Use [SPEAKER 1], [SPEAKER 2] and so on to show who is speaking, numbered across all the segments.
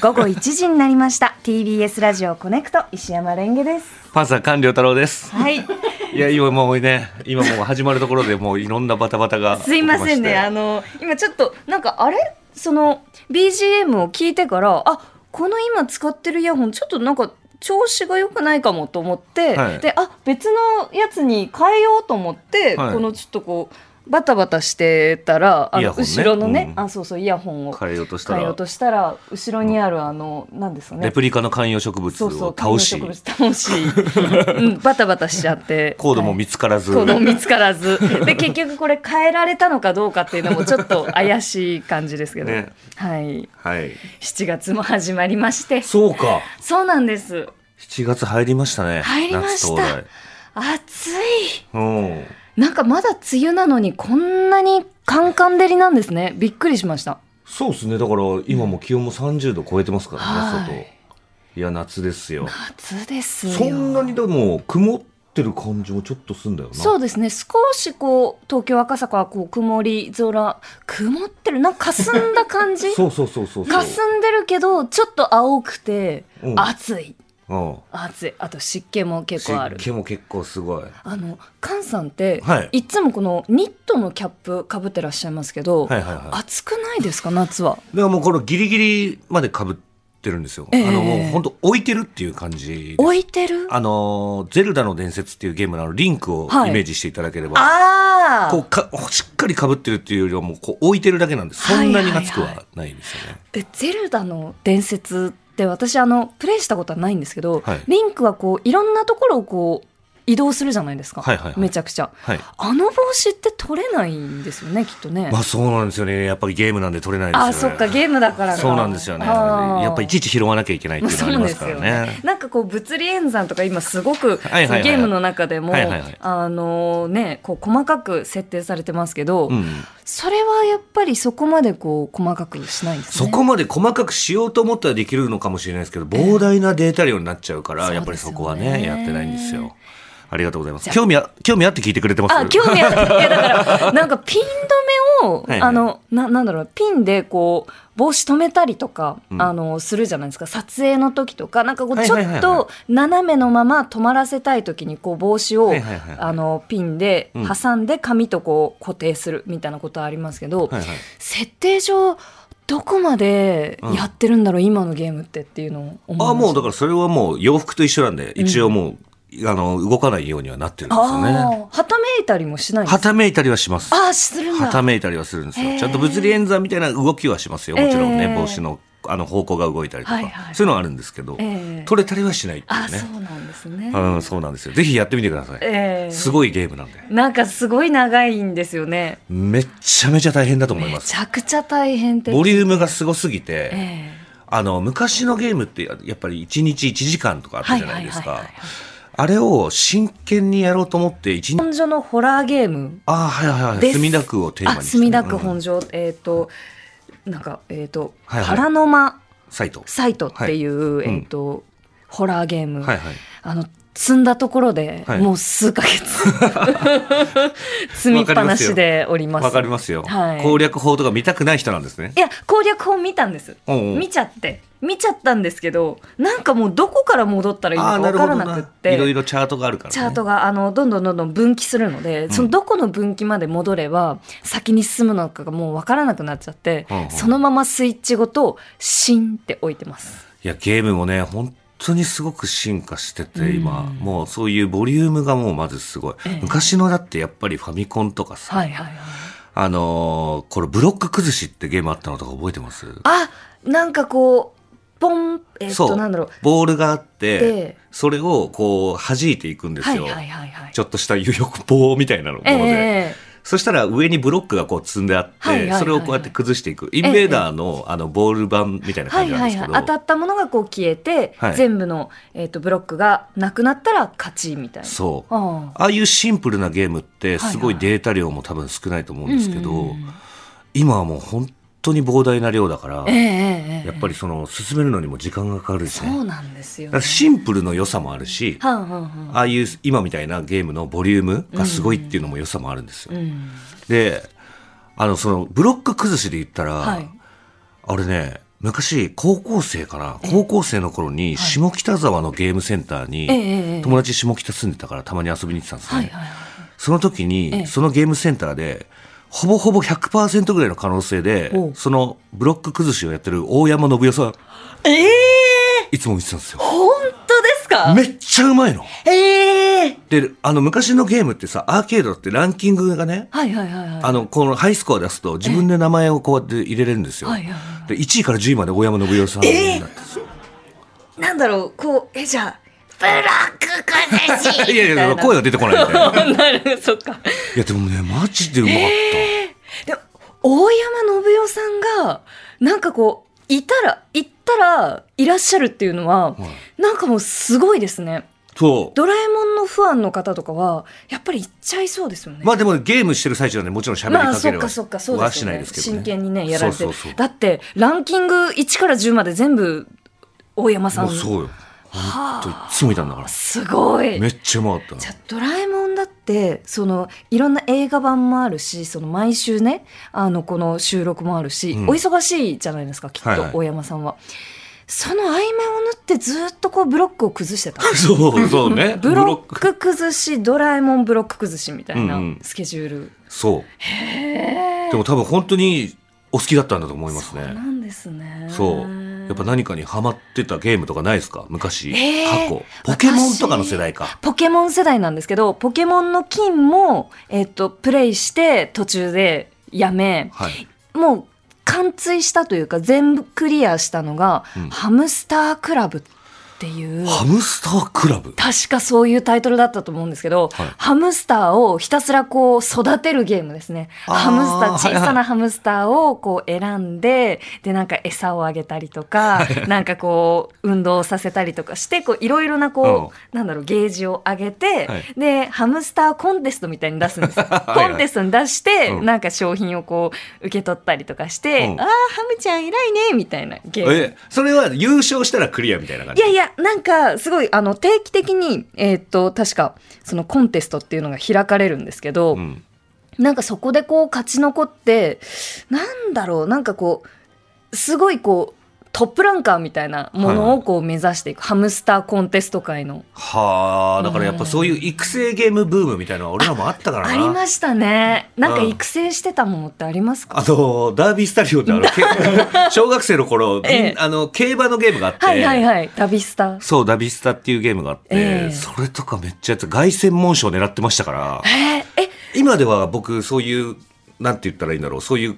[SPEAKER 1] 午後1時になりました TBS ラジオコネクト石山レンゲです
[SPEAKER 2] パンサー官僚太郎です。
[SPEAKER 1] はい
[SPEAKER 2] いや、今もうね、今もう始まるところでもういろんなバタバタが。
[SPEAKER 1] すいませんねあ
[SPEAKER 2] の。
[SPEAKER 1] の今ちょっとなんかあれその BGM を聞いてからあこの今使ってるイヤホンちょっとなんか調子が良くないかもと思って、
[SPEAKER 2] はい
[SPEAKER 1] であ別のやつに変えようと思って、
[SPEAKER 2] はい
[SPEAKER 1] このちょっとこうバタバタしてたらあ
[SPEAKER 2] イヤ
[SPEAKER 1] の、
[SPEAKER 2] ホンね
[SPEAKER 1] 後ろのね、
[SPEAKER 2] うん
[SPEAKER 1] あそうそうイヤホンを
[SPEAKER 2] 変えようとした
[SPEAKER 1] 変えよ
[SPEAKER 2] ら
[SPEAKER 1] う、としたら後ろにあるあの、なんですかね
[SPEAKER 2] レプリカの観葉植物
[SPEAKER 1] そうそ
[SPEAKER 2] を
[SPEAKER 1] う
[SPEAKER 2] 倒し
[SPEAKER 1] 観、葉植物倒 し、うん、バタバタしちゃって
[SPEAKER 2] コードも見
[SPEAKER 1] つ
[SPEAKER 2] つからず、
[SPEAKER 1] コードも見つからずで結局これ変えられたのかどうかっていうのもちょっと怪しい感じですけど、
[SPEAKER 2] ね
[SPEAKER 1] はい
[SPEAKER 2] はい。
[SPEAKER 1] 7月も始まりまして
[SPEAKER 2] そうか。
[SPEAKER 1] そうなんです
[SPEAKER 2] 7月入りましたね。
[SPEAKER 1] 入りました
[SPEAKER 2] 夏到
[SPEAKER 1] 暑い
[SPEAKER 2] 来うん。
[SPEAKER 1] なんかまだ梅雨なのにこんなにカンカン照りなんですねびっくりしました
[SPEAKER 2] そうですね。だから今も気温も30度超えてますからね、
[SPEAKER 1] は
[SPEAKER 2] 外
[SPEAKER 1] い。
[SPEAKER 2] いや、夏ですよ。
[SPEAKER 1] 夏ですよ
[SPEAKER 2] そんなにでも曇ってる感じもちょっとすんだよな。
[SPEAKER 1] そうですね少しこう東京赤坂はこう曇り空曇ってるなんか霞んだ感 じ
[SPEAKER 2] そうそうそうそうそう。
[SPEAKER 1] 霞んでるけどちょっと青くて
[SPEAKER 2] うん
[SPEAKER 1] 暑い
[SPEAKER 2] うん。
[SPEAKER 1] 暑いあと湿気も結構ある
[SPEAKER 2] 湿気も結構すごい。
[SPEAKER 1] あの菅さんって、
[SPEAKER 2] はい
[SPEAKER 1] い、つもこのニットのキャップかぶってらっしゃいますけど、
[SPEAKER 2] はいはいはい。
[SPEAKER 1] 暑くないですか夏は
[SPEAKER 2] だからもうこのギリギリまで被ってるんですよ。
[SPEAKER 1] ええ
[SPEAKER 2] あのもう本当置いてるっていう感じです。
[SPEAKER 1] 置いてる
[SPEAKER 2] あのーゼルダの伝説っていうゲームのあのリンクを
[SPEAKER 1] はい
[SPEAKER 2] イメージしていただければ、
[SPEAKER 1] あ
[SPEAKER 2] こうかしっかり被ってるっていうよりはもうこう置いてるだけなんでそんなに熱く
[SPEAKER 1] はいはい
[SPEAKER 2] はないんですよね。
[SPEAKER 1] えゼルダの伝説って私あのプレイしたことはないんですけど、
[SPEAKER 2] はい
[SPEAKER 1] リンクはこういろんなところをこう移動するじゃないですか、
[SPEAKER 2] はいはいはい
[SPEAKER 1] めちゃくちゃ
[SPEAKER 2] はい。
[SPEAKER 1] あの帽子って取れないんですよねきっとね、
[SPEAKER 2] まあそうなんですよね。やっぱりゲームなんで取れないですよね。
[SPEAKER 1] あそっかゲームだからか
[SPEAKER 2] そうなんですよね。
[SPEAKER 1] あー
[SPEAKER 2] やっぱいちいち拾わなきゃいけないっていうの
[SPEAKER 1] そ
[SPEAKER 2] あり
[SPEAKER 1] う
[SPEAKER 2] ま
[SPEAKER 1] ですす
[SPEAKER 2] から
[SPEAKER 1] よ
[SPEAKER 2] ね
[SPEAKER 1] ね。。なんかこう物理演算とか今すごくそ
[SPEAKER 2] はいはいは
[SPEAKER 1] の
[SPEAKER 2] い
[SPEAKER 1] ゲームの中でも
[SPEAKER 2] はいはいはい
[SPEAKER 1] あのねこう細かく設定されてますけど、
[SPEAKER 2] うん。
[SPEAKER 1] それはやっぱりそこまでこう細かくしないんです
[SPEAKER 2] そ
[SPEAKER 1] ね。
[SPEAKER 2] こまで細かくしようと思ったらできるのかもしれないですけど、膨大なデータ量になっちゃうから、
[SPEAKER 1] ええ
[SPEAKER 2] やっぱりそこは
[SPEAKER 1] そう
[SPEAKER 2] ね、
[SPEAKER 1] ですよ
[SPEAKER 2] や
[SPEAKER 1] ね
[SPEAKER 2] ってないんですよ。ありがとうございます。
[SPEAKER 1] じゃあ
[SPEAKER 2] 興味あ、興味あって聞いてくれてます
[SPEAKER 1] あ興味ある いやだからなんかピン止めを
[SPEAKER 2] はいはい
[SPEAKER 1] あのななんだろうピンでこう帽子止めたりとか、
[SPEAKER 2] うん
[SPEAKER 1] あのするじゃないですか撮影の時とかなんかこうちょ
[SPEAKER 2] は
[SPEAKER 1] っ
[SPEAKER 2] いはいはいは
[SPEAKER 1] と斜めのまま止まらせたい時にこう帽子を
[SPEAKER 2] はいはいはいはい
[SPEAKER 1] あのピンで
[SPEAKER 2] うん
[SPEAKER 1] 挟んで紙とこう固定するみたいなことはありますけど、
[SPEAKER 2] はいはい。
[SPEAKER 1] 設定上どこまでやってるんだろう、今のゲームってっていうのを思いました
[SPEAKER 2] あ、もうだからそれはもう洋服と一緒なんで、一応もう、あの、動かないようにはなってるんですよね。
[SPEAKER 1] あーはためいたりもしないんです
[SPEAKER 2] はためいたりはします。
[SPEAKER 1] ああするんだ
[SPEAKER 2] はためいたりはするんです
[SPEAKER 1] へー
[SPEAKER 2] よ。ちゃんと物理演算みたいな動きはしますよ。もちろんね、
[SPEAKER 1] ええ
[SPEAKER 2] 帽子のあの方向が動いたりとか、
[SPEAKER 1] はいはい
[SPEAKER 2] そういうのはあるんですけど、
[SPEAKER 1] ええ
[SPEAKER 2] 取れたりはしないってい
[SPEAKER 1] あ
[SPEAKER 2] うね。
[SPEAKER 1] そうなんですね、
[SPEAKER 2] うん、そうなんですよ。ぜひやってみてください。
[SPEAKER 1] ええ
[SPEAKER 2] すごいゲームなんで。
[SPEAKER 1] なんかすごい長いんですよね
[SPEAKER 2] めっちゃめちゃ大変だと思い
[SPEAKER 1] め
[SPEAKER 2] ます。
[SPEAKER 1] ちゃくちゃ大変って
[SPEAKER 2] ボリュームがすごすぎて、
[SPEAKER 1] え
[SPEAKER 2] あの、昔のゲームってややっぱり1日1時間とかあ
[SPEAKER 1] え
[SPEAKER 2] った
[SPEAKER 1] はい
[SPEAKER 2] じゃな
[SPEAKER 1] はいい
[SPEAKER 2] で
[SPEAKER 1] は
[SPEAKER 2] す
[SPEAKER 1] いはい
[SPEAKER 2] か。あれを真剣にやろうと思って1日、
[SPEAKER 1] 本所のホラーゲーム
[SPEAKER 2] ああ、はいはいは
[SPEAKER 1] で
[SPEAKER 2] い。
[SPEAKER 1] す
[SPEAKER 2] 墨田区をテーマ
[SPEAKER 1] あ
[SPEAKER 2] にして、
[SPEAKER 1] 墨田区
[SPEAKER 2] うん
[SPEAKER 1] 本所、えっ、となんかえっ、と、
[SPEAKER 2] はいはい
[SPEAKER 1] パラノマ
[SPEAKER 2] サイト。
[SPEAKER 1] サイトっていう、
[SPEAKER 2] はいうん
[SPEAKER 1] えっ、と、ホラーゲーム、
[SPEAKER 2] はいはい。
[SPEAKER 1] あの積んだところで、
[SPEAKER 2] はい
[SPEAKER 1] もう数ヶ 月積みっぱなしでおります。
[SPEAKER 2] わかりますよ、
[SPEAKER 1] はい
[SPEAKER 2] 攻略法とか見たくない人なんですね
[SPEAKER 1] い。や攻略本見たんです。
[SPEAKER 2] おうおう
[SPEAKER 1] 見ちゃって見ちゃったんですけどなんかもうどこから戻ったらいいの
[SPEAKER 2] あ
[SPEAKER 1] か分
[SPEAKER 2] あ、なる
[SPEAKER 1] か
[SPEAKER 2] ほ
[SPEAKER 1] ら
[SPEAKER 2] ど
[SPEAKER 1] なくっ
[SPEAKER 2] な。いろい
[SPEAKER 1] て。
[SPEAKER 2] ろチャートがあるから、ね。
[SPEAKER 1] チャートがあのどんどんどんどん分岐するので、
[SPEAKER 2] ん
[SPEAKER 1] そのどこの分岐まで戻れば先に進むのかがもう分からなくなっちゃって、
[SPEAKER 2] うんうん
[SPEAKER 1] そのままスイッチごとシンって置いてます。
[SPEAKER 2] いや、ゲームもね、本当にすごく進化して
[SPEAKER 1] う
[SPEAKER 2] て、
[SPEAKER 1] ん
[SPEAKER 2] 今、もうそういうボリュームがもうまずすごい。
[SPEAKER 1] ええ
[SPEAKER 2] 昔のだってやっぱりファミコンとかさ、
[SPEAKER 1] はいはいはい。
[SPEAKER 2] あのーこれブロック崩しってゲームあったのとか覚えてます
[SPEAKER 1] あなんかこうポンえっ
[SPEAKER 2] そ
[SPEAKER 1] と
[SPEAKER 2] う
[SPEAKER 1] なんだろう
[SPEAKER 2] ボールがあって
[SPEAKER 1] で、
[SPEAKER 2] それをこう弾いていくんですよ。
[SPEAKER 1] はいはいはいはい。
[SPEAKER 2] ちょっとした有力棒みたいなのもの
[SPEAKER 1] え
[SPEAKER 2] で、
[SPEAKER 1] え
[SPEAKER 2] そしたら上にブロックがこう積んであって、
[SPEAKER 1] はいはいはいはい
[SPEAKER 2] それをこうやって崩していく。インベーダーの、あのボール版みたいな
[SPEAKER 1] は
[SPEAKER 2] 感
[SPEAKER 1] い
[SPEAKER 2] じなん
[SPEAKER 1] は
[SPEAKER 2] で
[SPEAKER 1] い
[SPEAKER 2] すけ
[SPEAKER 1] はい当
[SPEAKER 2] ど、
[SPEAKER 1] たったものがこう消えて、
[SPEAKER 2] はい
[SPEAKER 1] 全部の、えー、とブロックがなくなったら勝ちみたいな。
[SPEAKER 2] そう。
[SPEAKER 1] ああ
[SPEAKER 2] ああいうシンプルなゲームってすご
[SPEAKER 1] はいはい
[SPEAKER 2] いデータ量も多分少ないと思うんですけど、
[SPEAKER 1] うんうんうん
[SPEAKER 2] 今はもう本当に膨大な量だから、
[SPEAKER 1] ええええええ
[SPEAKER 2] やっぱりその進めるのにも時間がかかるし
[SPEAKER 1] そ
[SPEAKER 2] ね。
[SPEAKER 1] うなんですよ、
[SPEAKER 2] だから
[SPEAKER 1] ね。
[SPEAKER 2] シンプルの良さもあるし、
[SPEAKER 1] はんはんはん
[SPEAKER 2] ああいう今みたいなゲームのボリュームがすごいっていうのも良さもあるんですよ。
[SPEAKER 1] うん
[SPEAKER 2] で、あのそのブロック崩しで言ったら、
[SPEAKER 1] はい、
[SPEAKER 2] あれね、昔、高校生かな、高校生の頃に、下北沢のゲームセンター
[SPEAKER 1] ええええ
[SPEAKER 2] に、友達下北住んでたからたまに遊びに行ってたんです
[SPEAKER 1] はい
[SPEAKER 2] ね。
[SPEAKER 1] はいはい。
[SPEAKER 2] その時
[SPEAKER 1] ええ
[SPEAKER 2] に、そのゲームセンターで、ほぼほぼ100%ぐらいの可能性で
[SPEAKER 1] おう、
[SPEAKER 2] そのブロック崩しをやってる大山信代さん、
[SPEAKER 1] ええ
[SPEAKER 2] いつも見てたんですよ。
[SPEAKER 1] 本当ですか
[SPEAKER 2] めっちゃうまいの。
[SPEAKER 1] ええ
[SPEAKER 2] で、あの、昔のゲームってさ、アーケードってランキングがね、
[SPEAKER 1] はいはいはいはい。
[SPEAKER 2] あの、このハイスコア出すと自分で名前をこうやって入れれるんですよ。
[SPEAKER 1] はいはいは
[SPEAKER 2] で、1位から10位まで大山信代さんになってますよ。
[SPEAKER 1] なんだろう、こう、え、じゃあ、ブラック崩しみた
[SPEAKER 2] いやいや、声が出てこないみたいな。
[SPEAKER 1] な。なる、そっか。
[SPEAKER 2] いや、でもね、マジでうまかった。
[SPEAKER 1] でも、大山信代さんが、なんかこう、いたら、行ったら、いらっしゃるっていうのは、なんかもうすごいですね。
[SPEAKER 2] そう。
[SPEAKER 1] ドラえもんのファンの方とかは、やっぱり行っちゃいそうですよね。
[SPEAKER 2] まあでもゲームしてる最中なんでもちろん喋り
[SPEAKER 1] まあ、
[SPEAKER 2] かけ
[SPEAKER 1] そっ
[SPEAKER 2] る
[SPEAKER 1] かそっか、そうで
[SPEAKER 2] は
[SPEAKER 1] す
[SPEAKER 2] し
[SPEAKER 1] よ
[SPEAKER 2] ない
[SPEAKER 1] ね。
[SPEAKER 2] ですけどね。
[SPEAKER 1] 真剣にね、やられて
[SPEAKER 2] そう
[SPEAKER 1] る
[SPEAKER 2] そうそう。
[SPEAKER 1] だって、ランキング1から10まで全部、大山さ
[SPEAKER 2] も
[SPEAKER 1] ん。
[SPEAKER 2] う
[SPEAKER 1] す
[SPEAKER 2] そうよ。ほんといつもいたんだから。
[SPEAKER 1] ごい。
[SPEAKER 2] めっちゃうまかっ
[SPEAKER 1] じ
[SPEAKER 2] た
[SPEAKER 1] ゃあドラえもんだってそのいろんな映画版もあるしその毎週ねあのこの収録もあるし、
[SPEAKER 2] うん
[SPEAKER 1] お忙しいじゃないですかきっと、
[SPEAKER 2] はいはい
[SPEAKER 1] 大山さんは。その合間を縫ってずっとこうブロックを崩 してた。
[SPEAKER 2] な。そう、そうね。
[SPEAKER 1] ブロッ。ク崩しドラえもんブロック崩しみたいな
[SPEAKER 2] うんうん
[SPEAKER 1] スケジュール、
[SPEAKER 2] そう。でも多分本当にお好きだったんだと思います
[SPEAKER 1] そうな
[SPEAKER 2] ね。
[SPEAKER 1] んですね
[SPEAKER 2] そう。やっぱ何かにハマってたゲームとかないですか昔、
[SPEAKER 1] えー
[SPEAKER 2] 過去。ポケモンとかの世代か。
[SPEAKER 1] ポケモン世代なんですけどポケモンの金も、えっとプレイして途中でやめ、
[SPEAKER 2] はい。
[SPEAKER 1] もう貫通したというか全部クリアしたのが、
[SPEAKER 2] うん
[SPEAKER 1] ハムスタークラブっていう
[SPEAKER 2] ハムスタークラブ。
[SPEAKER 1] 確かそういうタイトルだったと思うんですけど、
[SPEAKER 2] はい
[SPEAKER 1] ハムスターをひたすらこう育てるゲームですね。
[SPEAKER 2] あー
[SPEAKER 1] ハムスター、
[SPEAKER 2] はいはい
[SPEAKER 1] 小さなハムスターをこう選んで、でなんか餌をあげたりとか、なんかこう運動させたりとかして、こういろいろなこう、なんだろう、ゲージを上げて、
[SPEAKER 2] はい
[SPEAKER 1] で、ハムスターコンテストみたいに出すんですよ。
[SPEAKER 2] はいはい
[SPEAKER 1] コンテストに出して、
[SPEAKER 2] うん
[SPEAKER 1] なんか商品をこう受け取ったりとかして、
[SPEAKER 2] うん
[SPEAKER 1] ああ、ハムちゃん偉いね、みたいなゲーム。
[SPEAKER 2] え、それは優勝したらクリアみたいな感
[SPEAKER 1] い
[SPEAKER 2] じ
[SPEAKER 1] やいや、なんか、すごい、あの、定期的に、えーっと、確か、そのコンテストっていうのが開かれるんですけど、
[SPEAKER 2] うん。
[SPEAKER 1] なんかそこでこう、勝ち残って、なんだろう、なんかこう、すごいこう、トップランカーみたいなものをこう目指していく、ハムスターコンテスト界の。
[SPEAKER 2] はあ、だからやっぱそういう育成ゲームブームみたいなのは俺らもあったからな。
[SPEAKER 1] ありましたね。なんか
[SPEAKER 2] うん
[SPEAKER 1] 育成してたものってありますか、
[SPEAKER 2] あの、ダービースタリオってあの、け 小学生の頃、みん
[SPEAKER 1] ええ
[SPEAKER 2] あの、競馬のゲームがあって、
[SPEAKER 1] はいはいはい、ダビスタ。
[SPEAKER 2] そう、ダビスタっていうゲームがあって、
[SPEAKER 1] ええ
[SPEAKER 2] それとかめっちゃやつ、凱旋門賞狙ってましたから、
[SPEAKER 1] えーえ、
[SPEAKER 2] 今では僕、そういう、なんて言ったらいいんだろう、そういう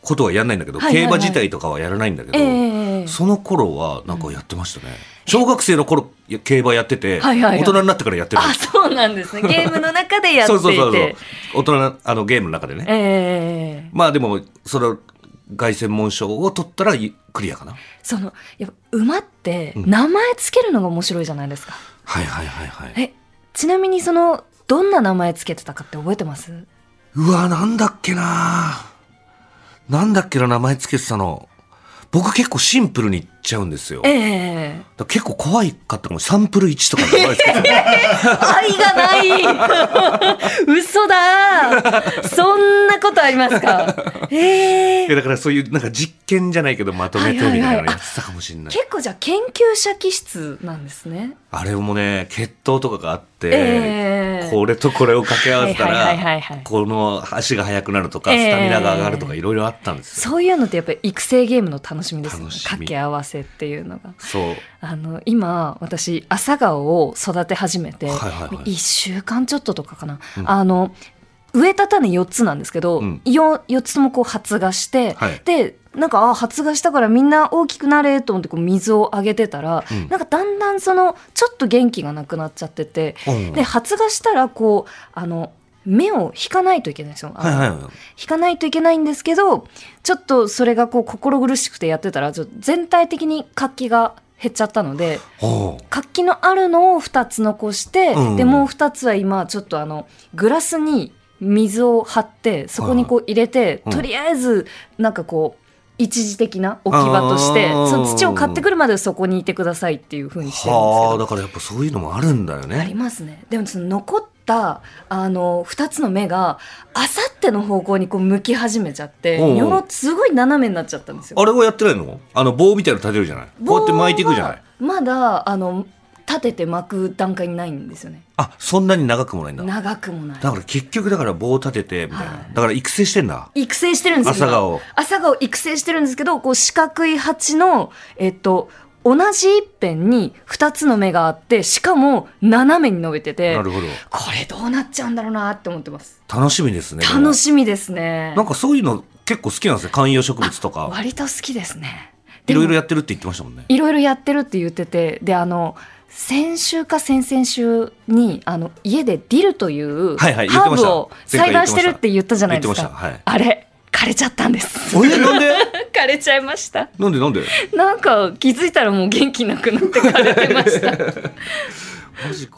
[SPEAKER 2] ことはやんないんだけど、
[SPEAKER 1] はいはいはい
[SPEAKER 2] 競馬自体とかはやらないんだけど、
[SPEAKER 1] えええ
[SPEAKER 2] その頃はなんかやってましたね。小学生の頃、や競馬やってて、
[SPEAKER 1] はいはいはい
[SPEAKER 2] 大人になってからやってるん
[SPEAKER 1] あ、
[SPEAKER 2] です。
[SPEAKER 1] そうなんですね。ゲームの中でやって
[SPEAKER 2] そ
[SPEAKER 1] いうて。
[SPEAKER 2] そうそうそう。大人な、あの、ゲームの中でね。
[SPEAKER 1] えー
[SPEAKER 2] まあでも、その、凱旋門賞を取ったらいクリアかな。
[SPEAKER 1] そのやっぱ馬って
[SPEAKER 2] うん
[SPEAKER 1] 名前つけるのが面白いじゃないですか、
[SPEAKER 2] はいはいはいはい。
[SPEAKER 1] えちなみにそのどんな名前つけてたかって覚えてます
[SPEAKER 2] うわ、なんだっけななんだっけな名前つけてたの。僕結構シンプルにいっちゃうんですよ。だか
[SPEAKER 1] ええ
[SPEAKER 2] ら結構怖いかったかも。サンプル1とかの名前つけてた
[SPEAKER 1] 愛がない 嘘だそんなことあります かえ
[SPEAKER 2] い
[SPEAKER 1] え
[SPEAKER 2] やだからそういうなんか実験じゃないけどまとめてみたいなのやってたかもしれない。
[SPEAKER 1] 結構じゃあ研究者気質なんですね
[SPEAKER 2] あれもね、血統とかがあって、
[SPEAKER 1] ええ
[SPEAKER 2] これとこれを掛け合わせた
[SPEAKER 1] はいはいはいはいは
[SPEAKER 2] ら
[SPEAKER 1] い、
[SPEAKER 2] この足が速くなるとか、
[SPEAKER 1] ええ
[SPEAKER 2] スタミナが上がるとかいろいろあったんですよ。
[SPEAKER 1] そういうのってやっぱり育成ゲームの楽しみですよね
[SPEAKER 2] 楽しみ
[SPEAKER 1] 掛け合わせっていうのが
[SPEAKER 2] そう。
[SPEAKER 1] あの今私朝顔を育て始めて、
[SPEAKER 2] はいはいはい
[SPEAKER 1] 1週間ちょっととかかな、
[SPEAKER 2] うん
[SPEAKER 1] あの植えた種4つなんですけど、
[SPEAKER 2] うん
[SPEAKER 1] よ4つともこう発芽して、
[SPEAKER 2] はい
[SPEAKER 1] でなんかあ発芽したからみんな大きくなれと思ってこう水をあげてたら、
[SPEAKER 2] うん
[SPEAKER 1] なんかだんだんそのちょっと元気がなくなっちゃってて、
[SPEAKER 2] うん
[SPEAKER 1] で発芽したらこうあの目を引かないといけないんですよ。あの
[SPEAKER 2] はいはいはい。
[SPEAKER 1] 引かないといけないんですけどちょっとそれがこう心苦しくてやってたらちょっと全体的に活気が減っちゃったので
[SPEAKER 2] ほう
[SPEAKER 1] 活気のあるのを2つ残して、
[SPEAKER 2] うん
[SPEAKER 1] でもう2つは今ちょっとあのグラスに水を張ってそこにこう入れて、
[SPEAKER 2] はいうん
[SPEAKER 1] とりあえずなんかこう一時的な置き場として
[SPEAKER 2] あー
[SPEAKER 1] その土を買ってくるまではそこにいてくださいっていうふうにしてるんですけ
[SPEAKER 2] はあ
[SPEAKER 1] ど
[SPEAKER 2] だからやっぱそういうのもあるんだよ
[SPEAKER 1] あり
[SPEAKER 2] ね
[SPEAKER 1] ますねでもその残っったあの2つの目があさっての方向にこう向き始めちゃって
[SPEAKER 2] おうおう
[SPEAKER 1] ニョロすごい斜めになっちゃったんですよ。
[SPEAKER 2] あれはやってないのあの棒みたいなの立てるじゃないこうやって巻いていくじゃない
[SPEAKER 1] 棒はまだあの立てて巻く段階にないんですよね
[SPEAKER 2] あそんなに長くもないんだだ
[SPEAKER 1] 長くもない
[SPEAKER 2] から結局だから棒を立ててみたい
[SPEAKER 1] は
[SPEAKER 2] なだから育成してんだ
[SPEAKER 1] 育成してるんですよ
[SPEAKER 2] 朝顔
[SPEAKER 1] 今朝顔育成してるんですけどこう四角い鉢のえっと同じ一辺に2つの目があってしかも斜めに伸びてて
[SPEAKER 2] なるほど
[SPEAKER 1] これどうなっちゃうんだろうなって思ってます
[SPEAKER 2] 楽しみですね
[SPEAKER 1] 楽
[SPEAKER 2] し
[SPEAKER 1] しみですね
[SPEAKER 2] なんかそういうの結構好きなんですね観葉植物とか
[SPEAKER 1] 割と好きですね
[SPEAKER 2] い
[SPEAKER 1] でも
[SPEAKER 2] ろいろやってるって言ってましたもんね
[SPEAKER 1] いろいろやってるって言っててであの先週か先々週にあの家でディルという
[SPEAKER 2] はい
[SPEAKER 1] ハ
[SPEAKER 2] はい言って
[SPEAKER 1] ー
[SPEAKER 2] まし
[SPEAKER 1] ブ
[SPEAKER 2] た
[SPEAKER 1] を栽培してるって言ったじゃない
[SPEAKER 2] 言って
[SPEAKER 1] です
[SPEAKER 2] ました
[SPEAKER 1] か
[SPEAKER 2] はい
[SPEAKER 1] あれ枯れちゃったんです
[SPEAKER 2] えなんで
[SPEAKER 1] 枯れちゃいました
[SPEAKER 2] なんでなんで
[SPEAKER 1] なんか気づいたらもう元気なくなって枯れてました
[SPEAKER 2] マジか